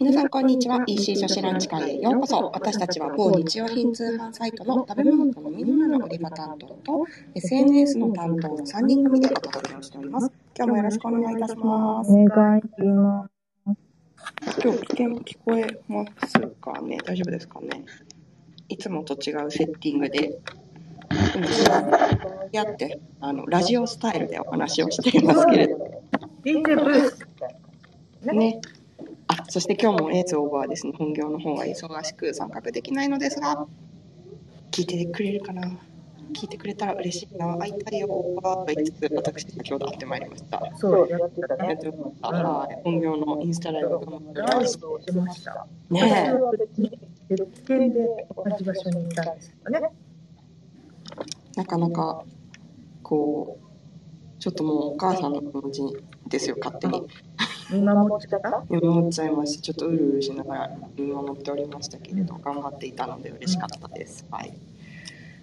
皆さん、こんにちは。EC 女子ランチ会へようこそ。私たちは某日用品通販サイトの食べ物と飲み物の売り場担当と SNS の担当の3人組でお届けをしております。今日もよろしくお願いいたします。お願いします。今日、危険聞こえますかね大丈夫ですかねいつもと違うセッティングで、やって、あの、ラジオスタイルでお話をしていますけれど DJ ブース。ね。あ、そして今日もエースオーバーですね。本業の方が忙しく参画できないのですが、聞いてくれるかな聞いてくれたら嬉しいな。会いたいよ、オーバーと言いつつ、私、先ほど会ってまいりました。そう、やってたありねが。とうございました。はい本業のインスタライブ頑張っておりラまイすブをしました。私ねは別に別件で同じ場所にいたんですけどね。え、なかなか、こう、ちょっともうお母さんの気持ちですよ、勝手に。見守ってた見守っちゃいました。ちょっとうるうるしながら見守っておりましたけれど、頑張っていたので嬉しかったです。はい。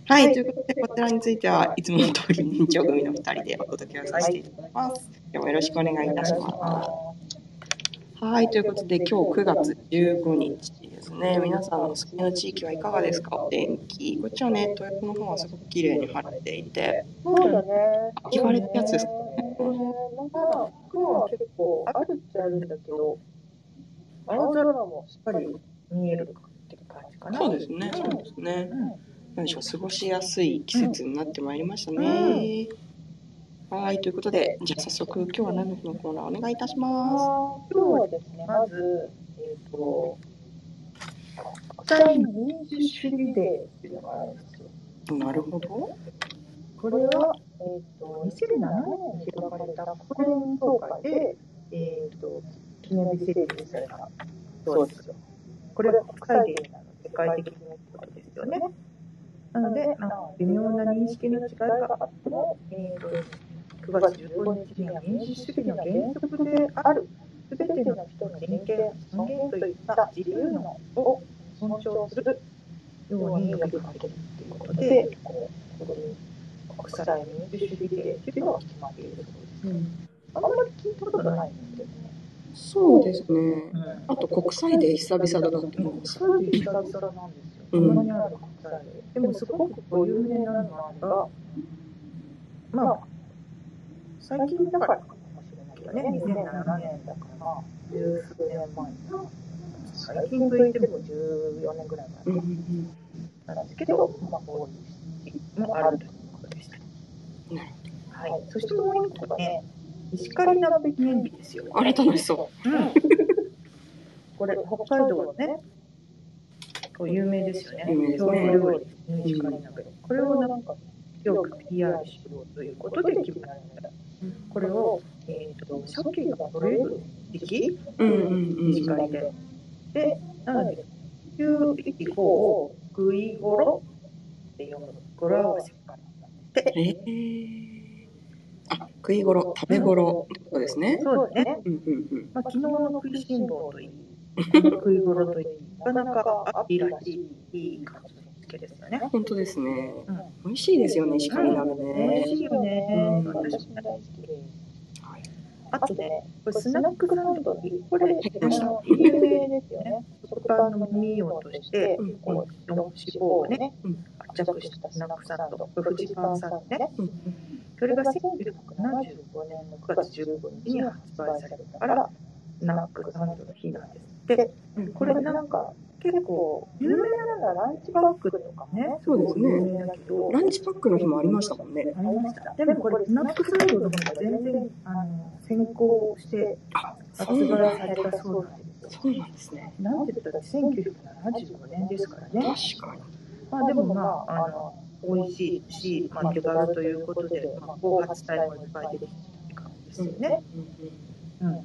はい、ということで、こちらについてはいつもの通り年長組の2人でお届けをさせていただきます。今日もよろしくお願いいたします。はい、ということで、今日9月15日ですね。皆さんのお住みの地域はいかがですかお天気。こっちはね、東北の方はすごく綺麗に晴れていて、そうだね。秋晴れってやつですかね。なんか、雲は結構あるっちゃあるんだけど、青空もしっかり見えるっていう感じかな。そうですね、そうですね。何でしょう、過ごしやすい季節になってまいりましたね。はい、ということで、じゃあ早速、今日は何の日のコーナーお願いいたします。今日はですね、まず、えっ、と、国際民主主義デーっていうのがあるんですよ。なるほど。これは、えっ、と、2007年に開かれた国連総会で、えっ、と、記念日制定されたそうですよ。これが国際デーなので、世界的なことですよね。なので、まあ、微妙な認識の違いがあっても、えーと9月15日には民主主義の原則である、すべての人の人権、尊厳といった自由のを尊重するように呼びかけるということで、こうここに国際民主主義デーというのが決まっているそうです。あんまり聞いたことないんですよね。そうですね。うんあと、国際で久々だなって思います。それで久々なんですよ。ううんん、にある国際でもすごくこう有名なのが、まあ、最近だからかもしれないけどね、2007年だから、十数年前な最近といっても14年ぐらいうん前うんなんですけど、まあ、こういうのもあるということでした。はい、そしてもう一個がね、石狩鍋記念日ですよ。うんあれ楽しそうん、これ、北海道のね、こう有名ですよね。有名ですね郷土料理ね石狩鍋これをなんか強く PR しようということで決められた。これを、えー、と鮭が取れる時期、う。うんうんう石ん。狩で。で、なので、9以降をぐいごろって読む。語呂合わせから。えー、あ、食い頃、食べ頃ってことですね。そうですね。うんうんうん。まあ、昨日の食いしん坊といい、食いごろといい、なかなか秋らしい、いい感じのつけですよね。本当ですねうん。美味しいですよね、しかり鍋美味ね。しいよね。うん私も大好きです。はいあとね、これスナックサンドに、これ、きあましたの、有名ですよね。食パンの耳を落として、うんこの脂肪をねうん、圧着したスナックサンド、これフジパンさんのねうんう。それが1975年の9月15日に発売されたから、スナックサンドの日なんですって。うんこれなんか、結構、有名なのがランチバッグとかね、そうですね有名だけど、ランチパックの日もありましたもんね。ありました。でもこれ、スナックサンドの方が全然、あの、先行してあ、そ発う売なんされたそうなんですよ。そうなんですね。なんて言ったら、1975年ですからね。確かに。まあでもまあ、あの、美味しいし、まあ手軽ということで、まあ、後発体もいっぱい出てきたって感じですよね。うん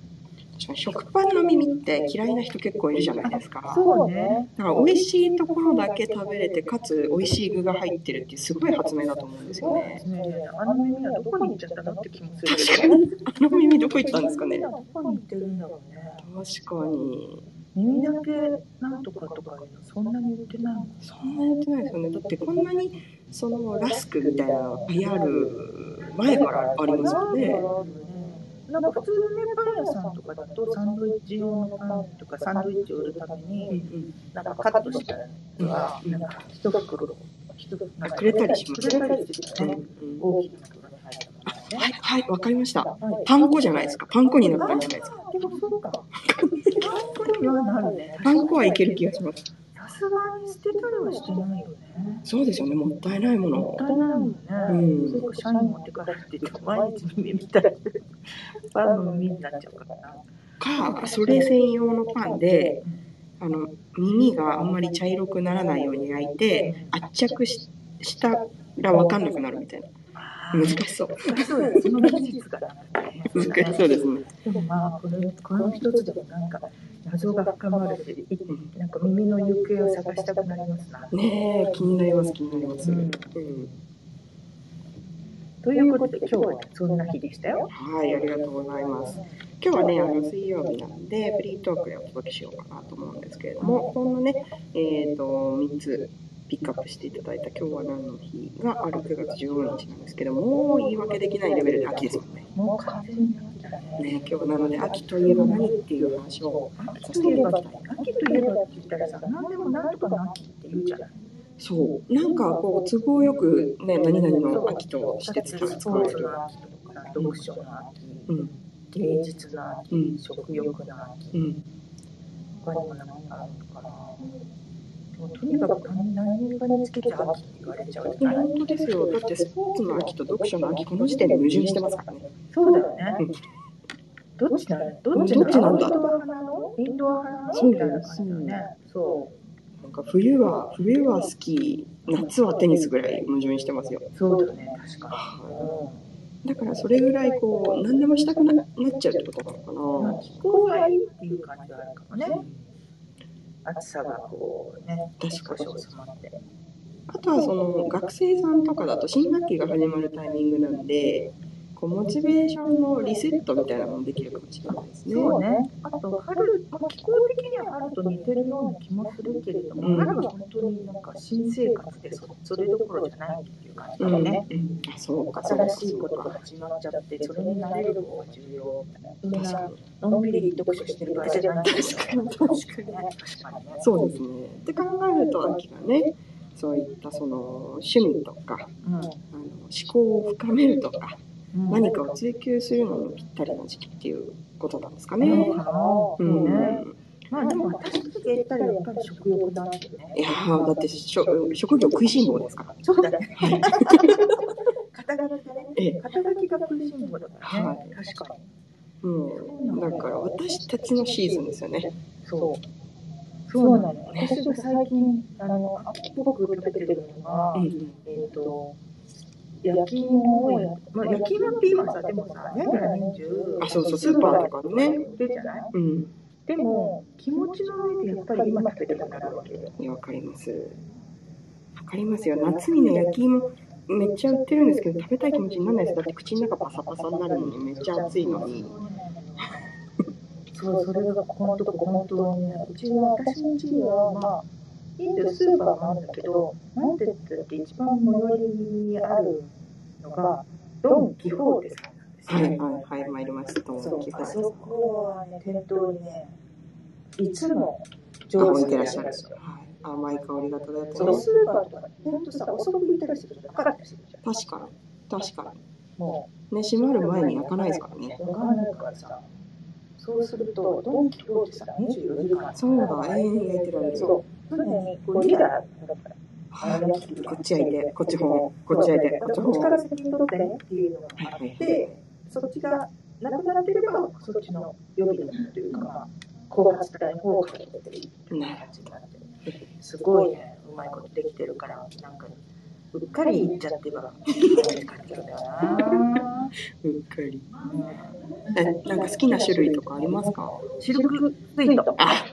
確かに食パンの耳って嫌いな人結構いるじゃないですか。そうね。だから美味しいところだけ食べれて、かつ美味しい具が入ってるっていうすごい発明だと思うんですよそうでね。すね。あの耳はどこに行っちゃったのって気もする確かけど。に。あの耳どこ行ったんですかね。どこに行ってるんだろうね。確かに。耳だけなんとかとかいうの、そんなに売ってないのそんなやってないですよね。だってこんなにそのラスクみたいなのが流行る前からありますよね。ね。なんか普通のね、パン屋さんとかだと、サンドイッチ用のパンとか、サンドイッチを売るためうんうに、んなんかカットしたやつは、うんなんか一袋、一袋、なんかくれたりしますくれたりしてうんね、うん大きな袋に入ったものはいね。はいわかりましたはいパン粉じゃないですかパン粉になったんじゃないですかあーでもそうか。パン粉にはなるね。パン粉はいける気がしますさすがに捨てたりはしてないよね。そうですよねもったいないものもっをたいないもんね。うんそれか社員持って帰ってって毎日耳みたいなパンの耳になっちゃうからな。かそれ専用のパンであの耳があんまり茶色くならないように焼いて圧着ししたらわかんなくなるみたいな難しそうそうです。その技術がね難しそうですねでもまあこれこの一つでもなんか謎が深まるし、いんなんか耳の行方を探したくなりますな。ねえ気になります気になります、ううんんということで今日はそんな日でしたよ。はいありがとうございます今日はねあの水曜日なんでフリートークでお届けしようかなと思うんですけれどもほんのねえー、と3つピックアップしていただいた今日は何の日がある9月15日なんですけどもう言い訳できないレベルで秋ですもんねもう完全に秋だね。ね今日なので秋といえば何っていう話を秋といえば秋といえばって言ったらさ、何でも何とかの秋って言うじゃない。そうなんかこう都合よくね何々の秋として使スポわーれツるの秋とか読書のう秋、ん芸術の秋、うん食欲の秋、うん他にも何があるのかな。でもとにかく何何かにつけちゃ秋って言われちゃうじゃない。本当ですよだってスポーツの秋と読書の秋この時点で矛盾してますからねそうだよねうん。どっちなのどっちどっちななんのだアウトドア派なのインドア派なそのうみたいな感じだよね。そなんか冬は冬はスキー夏はテニスぐらい矛盾してますよう。そうだよね。確かに。うんだからそれぐらいこう何でもしたくななっちゃうってことなのかまあな気候がいいっていう感じはあるかもね。暑さがこうね、確かに少し収まって。あとはその学生さんとかだと新学期が始まるタイミングなんでこうモチベーションのリセットみたいなのもできるかもしれないですね。そうね。あと春、まあ、気候的には春と似てるような気もするけれども、うん春は本当になんか新生活でそそれどころじゃないっていう感じうだんようんね。あそうかそうか新しそいうことがか。始まっちゃって、それに慣れる方が重要。そん確かなのんびり読書してる場合じゃないですか。確かに。確かにね。そうですね。って考えると秋がねそういったその趣味とかうんあの思考を深めるとかうん何かを追求するのにぴったりな時期っていうことなんですかなねの。かな。うんね。まあでも私たちで言ったらやっぱり食欲だってね。いやーだってしょ職業食いしん坊ですから。そうだね。肩書きがね。ええ肩書きが食いしん坊だからね。は確かに。うん、だから私たちのシーズンですよね。そう。そうなの。私が最近、あの、秋っぽく食べてるのが、うん、えっ、と、焼き芋をや、まあ、焼き芋って今さ、でもさ、年がら年中、あそうそうスーパーとかね売ってるじゃないうん、でも、気持ちの上でやっぱり今食べてるからわけよ。いやわかります。わかりますよ。夏にね焼き芋めっちゃ売ってるんですけど食べたい気持ちにならないです。だって口の中パサパサになるのにめっちゃ暑いのに。そう、それが本当、本当にね、うちの私の家は、まあ、いいんだよ、スーパーもあるんだけど、なんて言ったって一番最寄りにあるのが、ドン・キホーテさんなんですよ。はいはいはい参りました。ドそンキう、ホあーテそこはね、店頭にね、いつも上置手いてらっしすゃよる。はい、甘い香りが漂ってそまう、す。スーパーとか、ほんとさ、遅く行ったりするとなかったりするじゃん。確かに確かもにね閉まる前に焼かないですからね。う、わからないからさ、そうすると、ドン・キホーテさん24時間。そうだ永遠に焼いてられる。そう。常にこうリーダーだから、あのやつこっち焼いてこっち本こっち焼いてこっちこっちか本。ら先に取ってねっていうのがはいはいはい。で、そっちがなくなってれば、そっちの予備のというか、まあ、後発隊の方から出てるっていう形になってる。すごいね、うまいことできてるから、なんか、うっかりいっちゃってば、いい感じだな。うっかり。うんえなんか好きな種類とかありますか？シルクスイート。あ、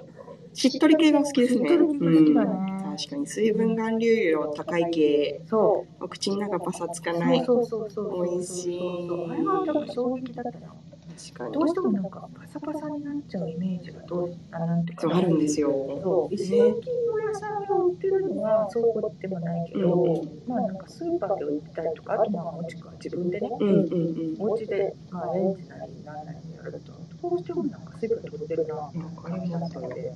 しっとり系が好きですね。しっとり系が好きだねうん確かに水分含有量高い系、そう。お口の中パサつかない。そうそうそうそう。美味しいそうそうそうあれはなんか衝撃だったよ。確かにどうしてもなんかパサパサになっちゃうイメージがどうあなんていうそかうなあるんですよ。そう一年金の野菜を売ってるのはそうでもないけど、うまあなんかスーパーで売ったりとかあとまあもしくは自分でね、うんうんうん。お家でまあレンジなりなんなりでやるとどうしてもなんか水分取ってるなって感じになっちゃって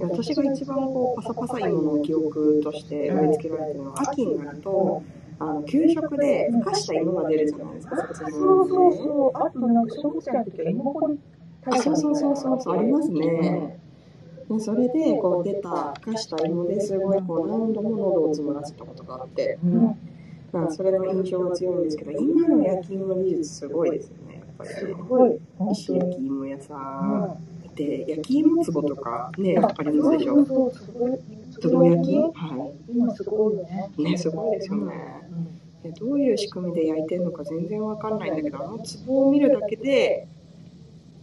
私が一番こうパサパサいものを記憶として植え付けられてるのは秋になるとあの給食でふかした芋が出るじゃないですかそっちのそうそうそうあとなんか小学生の時は芋掘りあそうそうそうそうそうありますねでそれでこう出たふかした芋ですごいこう何度も喉を詰まらせたことがあって、うんまあ、それの印象が強いんですけど今の焼き芋技術すごいですよねやっぱりすねごい本石当焼にき芋屋さうんんで焼き芋壺とかねありますでしそょうそうそうすごいどろ焼きねは今すごいよねいねすごいですよねうんえどういう仕組みで焼いてるのか全然わかんないんだけどあの壺を見るだけで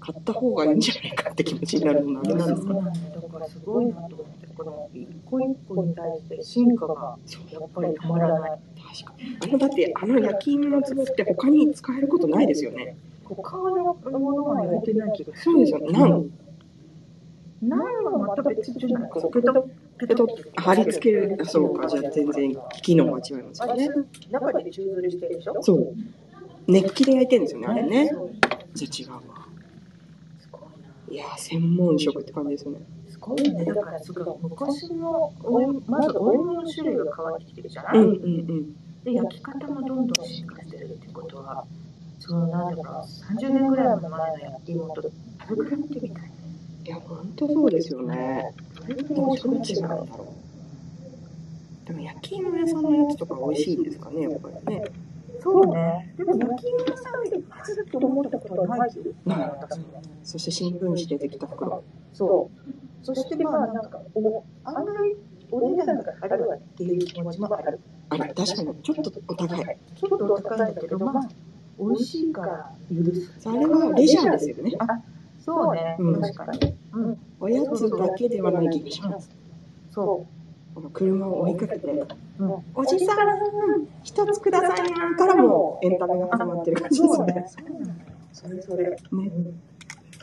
買った方がいいんじゃないかって気持ちになるのあれなんですそかうなんだだからすごいなと思ってこの一個一個に対して進化がやっぱりたまらない確かにあのだってあの焼き芋の壺って他に使えることないですよね他のものは焼いてない気がすそうるですよねなんナンはまた別じゃないかペトッペトッ貼り付けるあそうかじゃあ全然機能が違いますあよれね中で宙吊りしてるでしょそう熱気で焼いてるんですよねあれねそうじゃあ違うわすごいないやー専門職って感じですねすごいねだからすごい昔のお芋まずお芋の種類が変わってきてるじゃない、うんうんで焼き方もどんどん進化してるってことはそのなんだか30年ぐらいも前の焼き芋と食べ比べてみたいねうんいや本当そうですよねどれぐらいど美う味しくなっ違うんてるだかろうでも焼き芋屋さんのやつとか美味しいんですかねやっぱりねそうねでも焼き芋さんでまずっと思ったことはないけどない私もそして新聞紙でできた袋そうそしてまあなんかお案外お値段が張るわっていう気持ちもあるあれ確かにちょっとお高いちょっとお高いんだけどまあ美味しいから許すそれはレジャーですよねそうね、うん確かに、うん、おやつだけではない気がしますそこの車を追いかけてう、うん、おじさん一つくださいなからもうエンタメが始まってる感じですそうねねそうなのそれそれね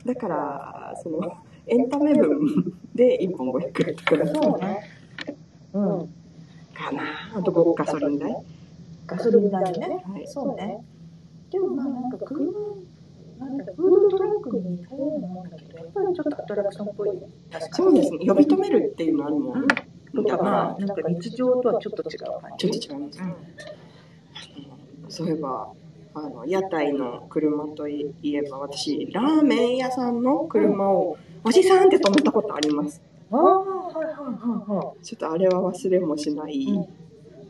だからそのエンタメ分で1本500円とかそうねうんかなあとこガソリン代はガソリン代ねいそうねでもまあなんか車なんかフードトラックに似たようなもんだけどやっぱりちょっとアトラクションっぽいね確かそうですね呼び止めるっていうのあるもんにだからなんか日常とはちょっと違う感ちょっじと違いますね。そういえば、あの屋台の車といえば、私ラーメン屋さんの車を。おじさんって止めたことあります。ああはいはいはいはちょっとあれは忘れもしない。うん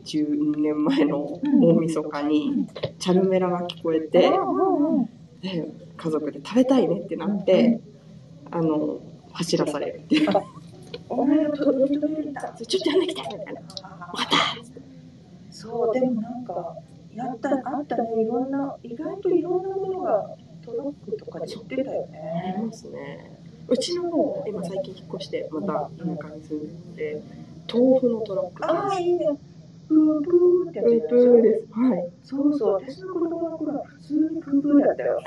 10年前の大晦日にチャルメラが聞こえいてうんうんで家族で食べたいねってなってあの走らされるっていうお前を取り留めるんだ「ちょっとやんなきゃ」みたいな「分かった!」そうでもなんかやったあったねいろんな意外といろんなものがトラックとかで売ってたよありねますね。うちの方、今最近引っ越して、また田舎に住んでて、豆腐のトラックああでいいねプープーってす。やブつーブーです。はい。そうそう私の子供の頃は普通にプープーだったよ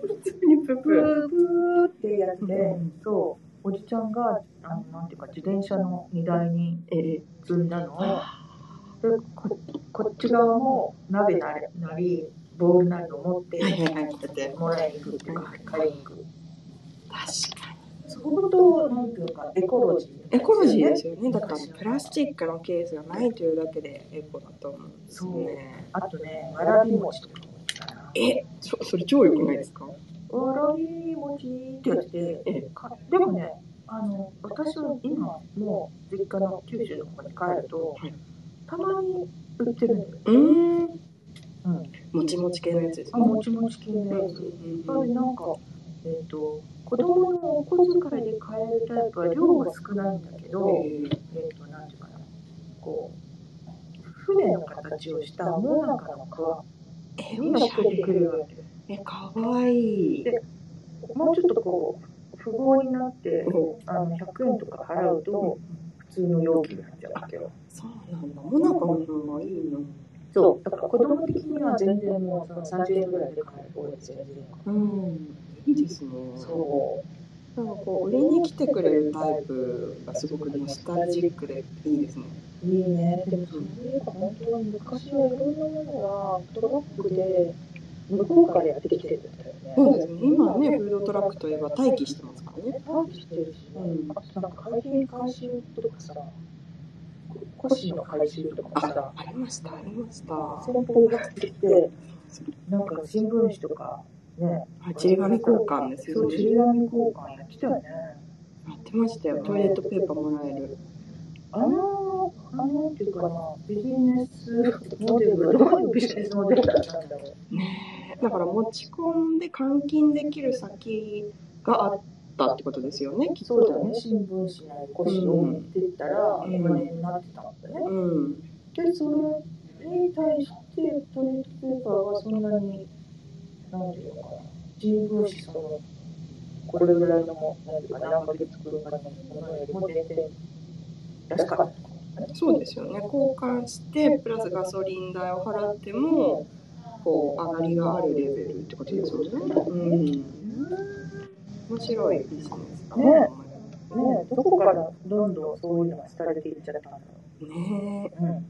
普通にブープブー。ープーってやつでそうおじちゃんがあのなんていうか自転車の荷台にええ積んだのをでここっち側も鍋なりボールなりを持ってはいはいはい、来てて。もらいに行くっていうか買いに行く確か相当なんていうかエコロジーエコロジーですすよね。だから、プラスチックのケースがないというだけでエコだと思うんですよね。あとねわらび餅とかもいいかなえ、そそれ超良くないですかわらび餅ってやってえかでもねあの私は今もう実家の九州の方に帰ると、はいたまに売ってるのよ、うーん。うん、もちもち系のやつですあね。もちもち系うんのうやんつうんそれなんかえっ、と子供のお小遣いで買えるタイプは量が少ないんだけど、えええっと、なんていうかな、こう、船の形をしたモナカの皮え、にお乗っしゃけてくれるれ。わけです。え、かわいい。もうちょっとこう、不合になって、おあの100円とか払うと、普通の容器になっちゃうわけよ。そうなんだ。モナカの方がいいな。そう、だから子供的には全然もうその30年ぐらいで解放ですよね。うん、いいですね。そなんかこう、売りに来てくれるタイプがすごくノスタルジックでいいですね。う、いいね。でもそういえば本当に昔はいろんなものがトラックで向こうからやってきてるんだよね。そうですね。今ね、フードトラックといえば待機してますからね。待機してるし、うんあとなんか会計回収とかさ、ココシの回収とかさあ、、ありました、ありました。先方が来てきて、なんか新聞紙とか、ね、あちり紙交換ですよそう、ねち。り紙交換やってたよね。やってましたよ。トイレットペーパーもらえる。あの、あのっていうかな、ビジネスモデル、どういうビジネスモデルだったんだろねえだから持ち込んで換金できる先があったってことですよね、きう。っそうと。だよね、新聞紙なりコシを持ってったら、お金になってたんだね。うん。で、それに対して、トイレットペーパーはそんなに、なんていうのかな、人文誌その、これぐらいのも、なんていうか、何ヶ月くらいのものよりも全然安かった。そうですよね。交換して、プラスガソリン代を払っても、こう、上がりがあるレベルってことですよね。うん。面白いビジネスだなねねえどこからどんどんそういうのが廃れていっちゃったんだろねえう。うん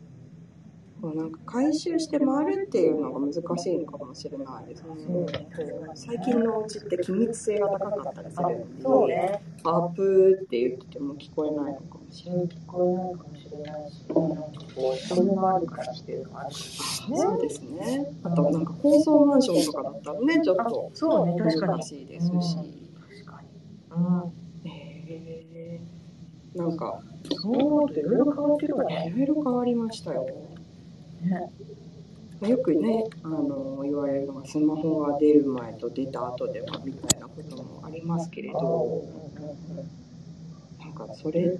こうなんか回収して回るっていうのが難しいのかもしれないですね。そうそう最近のお家って気密性が高かったりすあるんで、そうね。アープーって言ってても聞こえないのかもしれない。聞こえないかもしれないし、なんかこう、人のもあるからっていうのがあるし。そうですね。あとなんか高層マンションとかだったらね、ちょっとそうね、確か難に。しいですし、確かに。うん。えーなんかそう思うといろいろ変わってるわね。いろいろ変わりましたよ。ねよくね、あの言われるのがスマホが出る前と出た後ではみたいなこともありますけれど、なんかそれ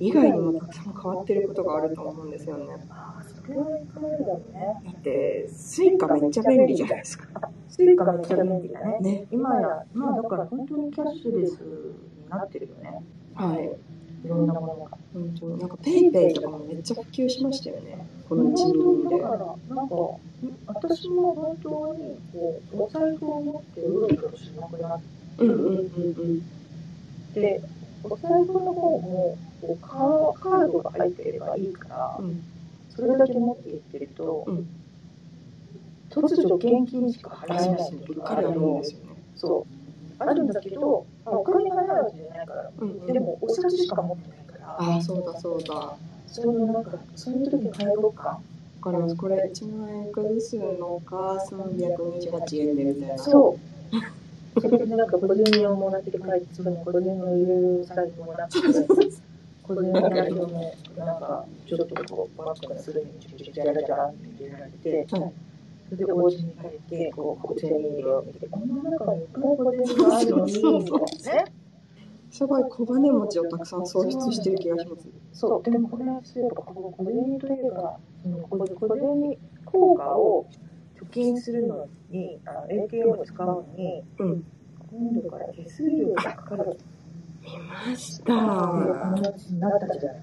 以外にもたくさん変わってることがあると思うんですよね。ああ、それはいかないだろうね。だってスイカめっちゃ便利じゃないですか。スイカめっちゃ便利だね。ね。今や、まあだから本当にキャッシュレスになってるよね。はい。いろんなものが。本当になんかペイペイとかもめっちゃ普及しましたよね。この1、2年だでか。ら、なんか、私も本当に、こう、お財布を持ってうろうろしなくなっうんうんうんて、お財布の方も、こうカーカードが入ってればいいからう、ん。それだけ持っていってると、うん突如現金しか払確かえないに、とうっかかりあるんですよね。そう。あるんだけど、あお金がないわけじゃないから、うんうんでもお札しか持ってないから、ああ、そうだそうだ。わそのなんか、その時に入ろうか。かります。これ1万円崩すのか、328円でみたいな。そう。それでなんか小銭をもらって帰って、その小銭を入れる財布もなくて、小銭の財布もなんか、ちょっとこう、バッグがすぐにジャラジャラって入れられて、はいそれでお家に帰って、こう、小銭入れを見て、この中にいくら小銭があるのに、そうそうみたいなね。すごい小金持ちをたくさん創出してる気がします。そう、でもこれはそういえばこう小銭というか、その小小銭効果を貯金するのに、あの ATM を使うのに、うん今度から手数料がかかるって見ましいた。うおは話になったじゃない。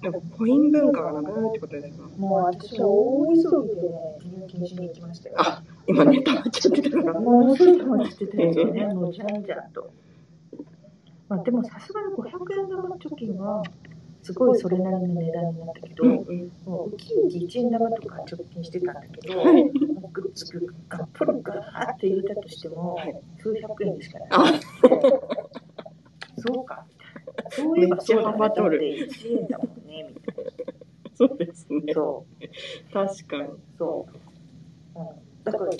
い。なんかコイン文化がなくなるってことですよね。もう私は大急ぎでね、入金しに行きましたよ。あ今ね、溜まっちゃってたから。ものすごい溜まってたよね、もうじゃんじゃんと。まあでもさすがに500円玉貯金は、すごいそれなりの値段になったけど、うんもうウキウキ一円玉とか貯金してたんだけど、はいもうグッズグッガッポロガーって入れたとしても、はい数百円しかない。あそうか、みたいな。そういえばそうめっちゃだね幅取るだって1円だもんね、みたいそうですねな。。そう、確かに。そう。うんだから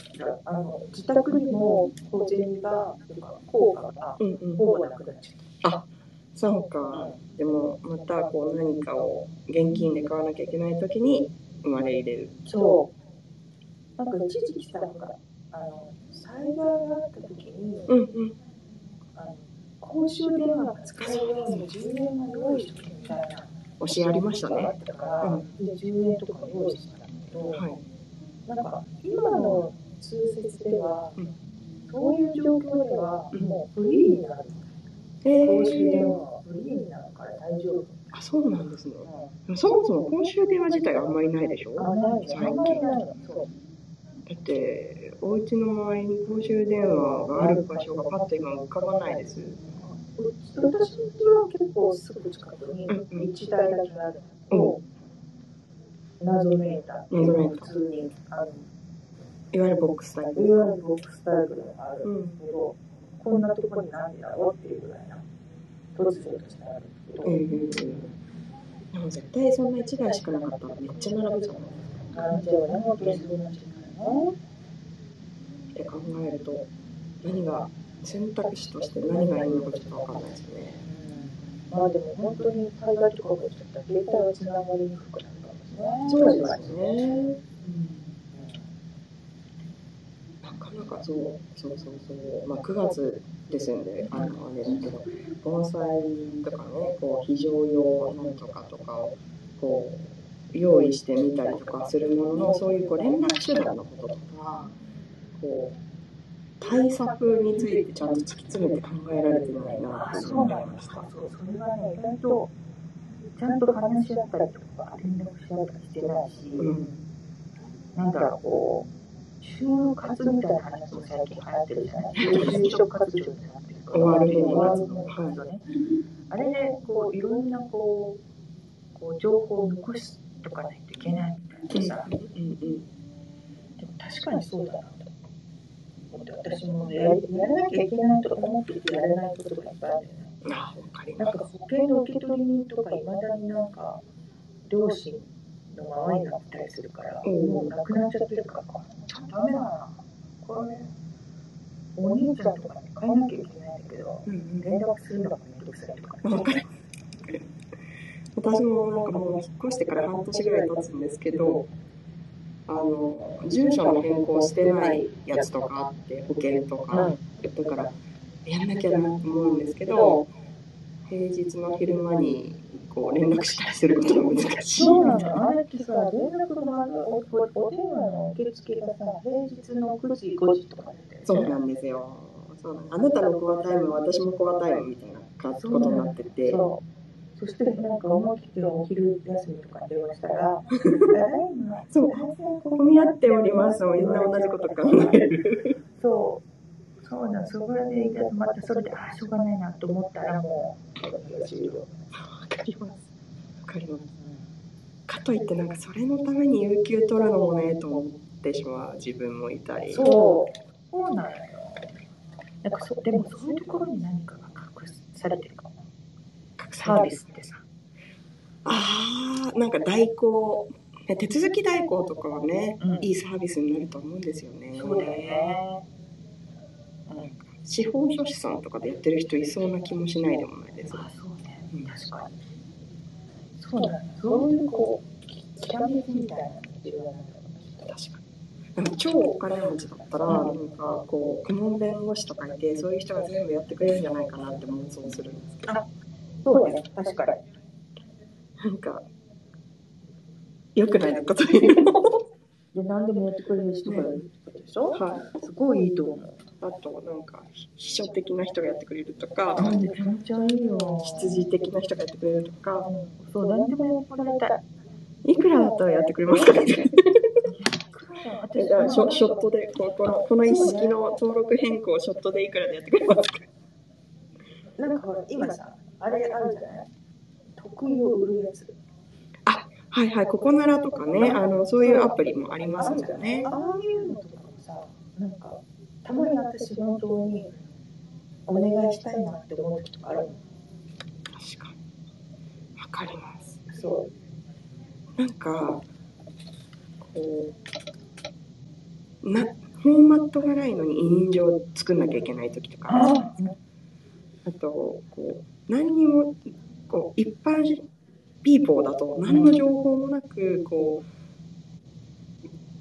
あの自宅にも小銭がとか効果がうんうん。ほぼなくなっちゃっそうた、か。でも、またこう何かを現金で買わなきゃいけないときに生まれ入れる。そうなんか一時期さなんかあの災害があった時に、うんうん。あの公衆電話が使えるように10円は用意しとけみたいな推しありましたがあね。ったから、で10円とか用意してたんだけど、はい。なんか今の通説では、うんそういう状況ではうんもうフリーになる、えー公衆電話はフリーになるから大丈夫、あ、そうなんですね。でもそもそも公衆電話自体があんまりないでしょあ、ないね。あんまりないの。そう。だって、お家の周りに公衆電話がある場所がパッと今浮かばないです。うち私の家は結構すぐ近くに1台だけあるのと、謎めいた、謎めいた普通に、あの、いわゆるボックスタイいル。わゆるボックスタイルのがあるうんだん。けど、こんなとこになんでだろうっていうぐらいな、突如としてあるけど、うんうんうん。でも絶対そんな1台しかなかったらめっちゃ並ぶじゃない感じはね、本当にそうなんじゃないのって考えると、何が、選択肢として何がいいのかちょっとわかんないですね。まあでも本当に海外とかもちょっと携帯はつながりにくくなるかもしれなそい。うですね。なかなかそう、そうそうそう。まあ9月ですんで、あの、あれですけど、盆栽とかね、こう、非常用なんとかとかを、こう、用意してみたりとかするものの、そういうこう連絡手段のこととか、こう、対策についてちゃんと突き詰めて考えられてないなってそう思なんいました。そう、それはね、意外と、ちゃんと話し合ったりとか、連絡し合ったりしてないし、うん。なんだろう、こう、就活みたいな話も最近流行ってるじゃない就職活動になってるから、終わる方終のわやつる方のやつね。あれね、こう、いろんな、こう、こう情報を残しとかないといけないみたいなさ、うんうん。でも確かにそうだなと思って。私もやりやらなきゃいけないと思っててやらないことがいっぱいあるじゃない。あ、わかりなんまか保険の受け取り人とか、いまだになんか、両親のままになってたりするから、うんもうなくなっちゃってるからか、ちょっとダメだな。これ、お兄ちゃんとかに変えなきゃいけないんだけど、す。うんうん連絡するのがめんどくさいとか、わかる。私もなんかもう引っ越してから半年ぐらい経つんですけど、あの、住所の変更してないやつとかあって、保険とか、だから、やんなきゃなと思うんですけど、平日の昼間に、こう、連絡したりすることが難しい。そうなの、あれってさ、連絡のあのおお電話の受付がさ、平日の9時、5時とかで、そうなんですよ。そうなんあなたのコアタイムは私もコアタイムみたいなことになってて、そう。そしてなんか思い切ってお昼休みとかに電話し たら、ただいま、そう、混み合っております。みんな同じこと考える。そう。そうなん、そこらで、またそれで、ああ、しょうがないなと思ったらもう、この日が終了。わかります。わかります。かといってなんかそれのために有給取るのもねと思ってしまう自分もいたり。そう。そうなのよ。なんかそでもそういうところに何かが隠されてるかも。隠さサーれてビるスってさ。ああ、なんか代行。ね手続き代行とかはね、うんいいサービスになると思うんですよね。そうだよね。司法書士さんとかでやってる人いそうな気もしないでもないです。あそうねうん。確かに。そうだね。そういうこう、ききらめきみたいなのが必要なんだろうなきっと確かに。なんか超お金持ちだったら、うなんかこう顧問弁護士とかいて、そういう人が全部やってくれるんじゃないかなって妄想するんですけど。そうね。確かに。なんか、良くないなこと言うの。で、何でもやってくれる人がいるってことでしょ、はい。すごいいいと思う。あと、なんか、秘書的な人がやってくれるとか、なんで、気持ちゃいいよ。羊的な人がやってくれるとか、そう、何でもやってもらいたい。いくらだったらやってくれますか ね。じゃあ、ショショットで、こうこのこの一式の登録変更、ショットでいくらでやってくれますか。なんかほら、今さ、あれあるじゃない得意を売るやつ。はいはい、ここならとかね、あの、そういうアプリもありますもんね。ああいうのとかもさ、なんか、たまに私、本当にお願いしたいなって思う時とかあるの。確かに。わかります。そう。なんか、こう、な、フォーマットがないのに委員状を作んなきゃいけない時とか。ああとこう何にもこう一般ピーポーだと何の情報もなくこ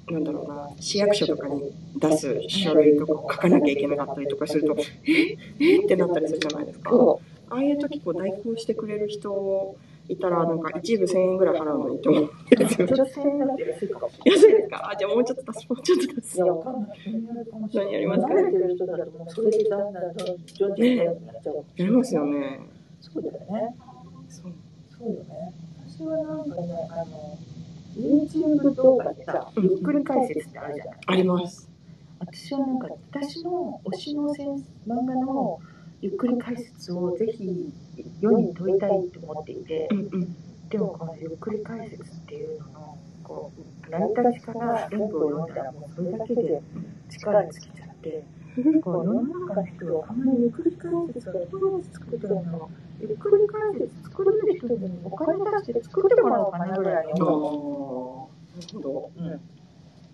うなんだろうな市役所とかに出す書類とかを書かなきゃいけなかったりとかするとええってなったりするじゃないですか。そああいう時こう代行してくれる人いたらなんか一部1000円ぐらい払うのにと思ってう。女性になって安いかもしれない。安いですかあじゃあもうちょっと足すもうちょっと足いすや、わかんない。人によるかもしれ人ない。によりますか慣れてる人だと、もうそれでだんだん、徐々になっちゃう。やりますよねそうだよね。そうそうそうよね。私はなんかね、あの、YouTube 動画でさ、うんゆっくり解説ってあるじゃない。あります。私はなんか、私の推しの先漫画のゆっくり解説をぜひ世に問いたいと思っていてう、んうん。でもこのゆっくり解説っていうのの、こう、成り立ちから全部を読んだら、もうそれだけで力尽きちゃって、こう世の中の人はあんまりゆっくり解説がどう作ってるのゆっくり解説作れる人にお金出して作ってもらおうかなぐらいああ、なるの、ほど。うん、確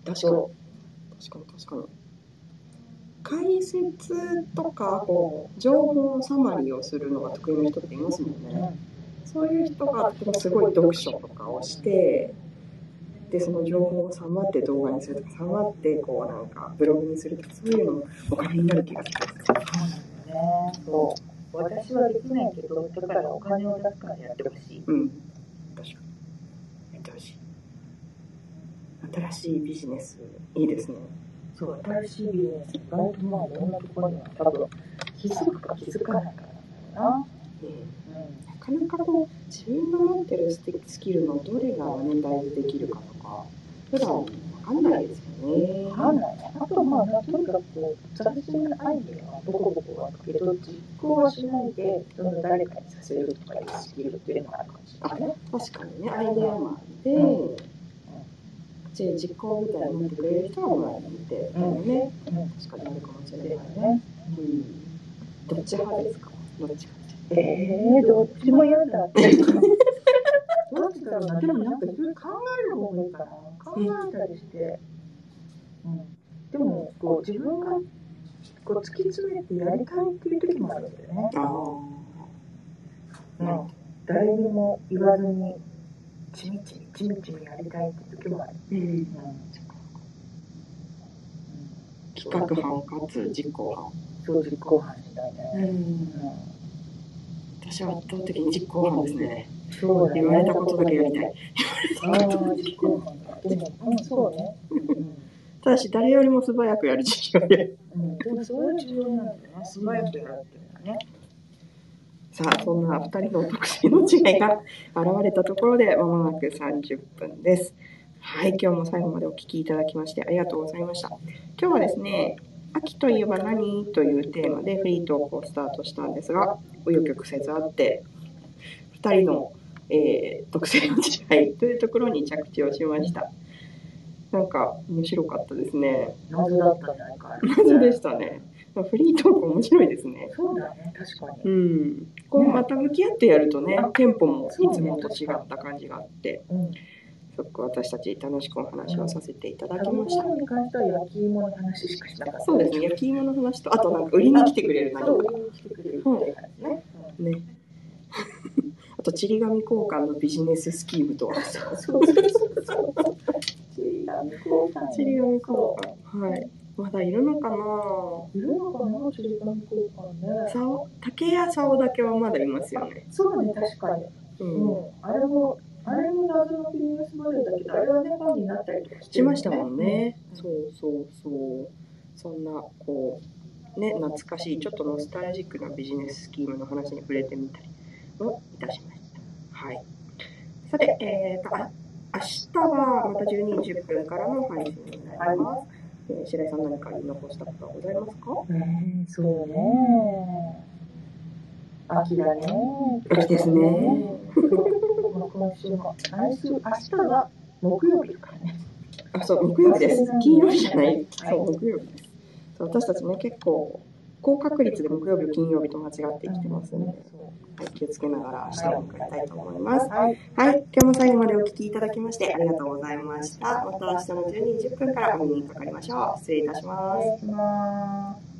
かそに。確かに、確かに。解説とか、こう、情報サマリーをするのが得意な人っていますもんう、ね。うんそういう人が例えばすごい読書とかをして、で、その情報をさまって動画にするとか、さまってこうなんかブログにするとか、そういうのもお金になる気がする。ねそう私はできないけどだからお金を出すからやってほしいうん。確かに。やってほしい。新しいビジネス、いいですね。そう新しいビジネスバイトもいろんなところには多分気づくか気づかないからなんだうんろうな、うんなかなかこう、自分の持ってるステスキルのどれが何大事できるかとか、普段わかんないですよね。わかんないね。あとまあ、とにかく、斬新なアイデアはボコボコはだけど、実行はしないで、その誰かにさせるとかいうスキルっていうのがあるかもしれないね。確かにね、アイデアマンで、うじゃあ実行みたいになってくれる人はまあいて、うんね、うん確かにあるかもしれないでね。ね。うん、どっち派ですかどっちかって。ええー、どっちも嫌だって。どっちだろうな。でもなんかいろいろ考える方がいいかな。考えたりして。うん。でも、こう、自分が、こう、突き詰めてやりたいっていう時もあるんだよね。ああ、うん、誰にも言わずにちみちみちみちみやりたいって時もある、うん、うん、企画派かつ実行派。そう実行犯したいね、ん、う私は圧倒的に実行派ですね。ん、そうだね言われたことだけやりたい。ああ実行犯だでも、うん、そうね、うただし、誰よりも素早くやる時期がね。んうん、でもそれは重要なんだよね素早くやるっていうのはねさあ、そんな2人の特性の違いが現れたところで、まもなく30分です。はい、今日も最後までお聞きいただきましてありがとうございました。今日はですね、秋といえば何というテーマでフリートークをスタートしたんですが、紆余曲折あって、2人の、えー特性の違いというところに着地をしました。なんか面白かったですね。謎だったんじゃないか謎でしたね。フリートーク面白いですね。そうだね確かにうん、こうねまた向き合ってやるとねテンポもいつもと違った感じがあってうんすごく私たち楽しくお話をさせていただき食べました物に関しては焼き芋の話しかしなかったそうですね焼き芋の話とあとなんか売りに来てくれる何そうか売りに来てくれるっていう話ね、ね あとちり紙交換のビジネススキームとはちそうそうそうそう。ちなみにこうり紙交そ換はいまだいるのかなういるのかな、ちり紙交換ね。さお竹や竿だけはまだいますよねそうね、確かに。うんうん、あれも、あれも謎の PBS バレーだけど、あれはね、ファンになったりとかしてしるましたもんね。うんそうそうそう。そんなこうね懐かしいちょっとノスタルジックなビジネススキームの話に触れてみたりもいたしました。はい。さてえーとあ明日はまた12時10分からの配信になります。えー白井さん何か言い残したことはございますか？ねえそうね。秋だね。秋ですねそう。もう今週も、来週、明日は木曜日からね。あ、そう、木曜日です。金曜日じゃない。はいそう、木曜日です。そう私たちね、結構、高確率で木曜日、金曜日と間違ってきてますので、はい、気をつけながら明日を迎えたいと思います。はい、はい、今日も最後までお聞きいただきましてありがとうございました。また明日の12時10分からお耳にかかりましょう。失礼いたしおます。願いします。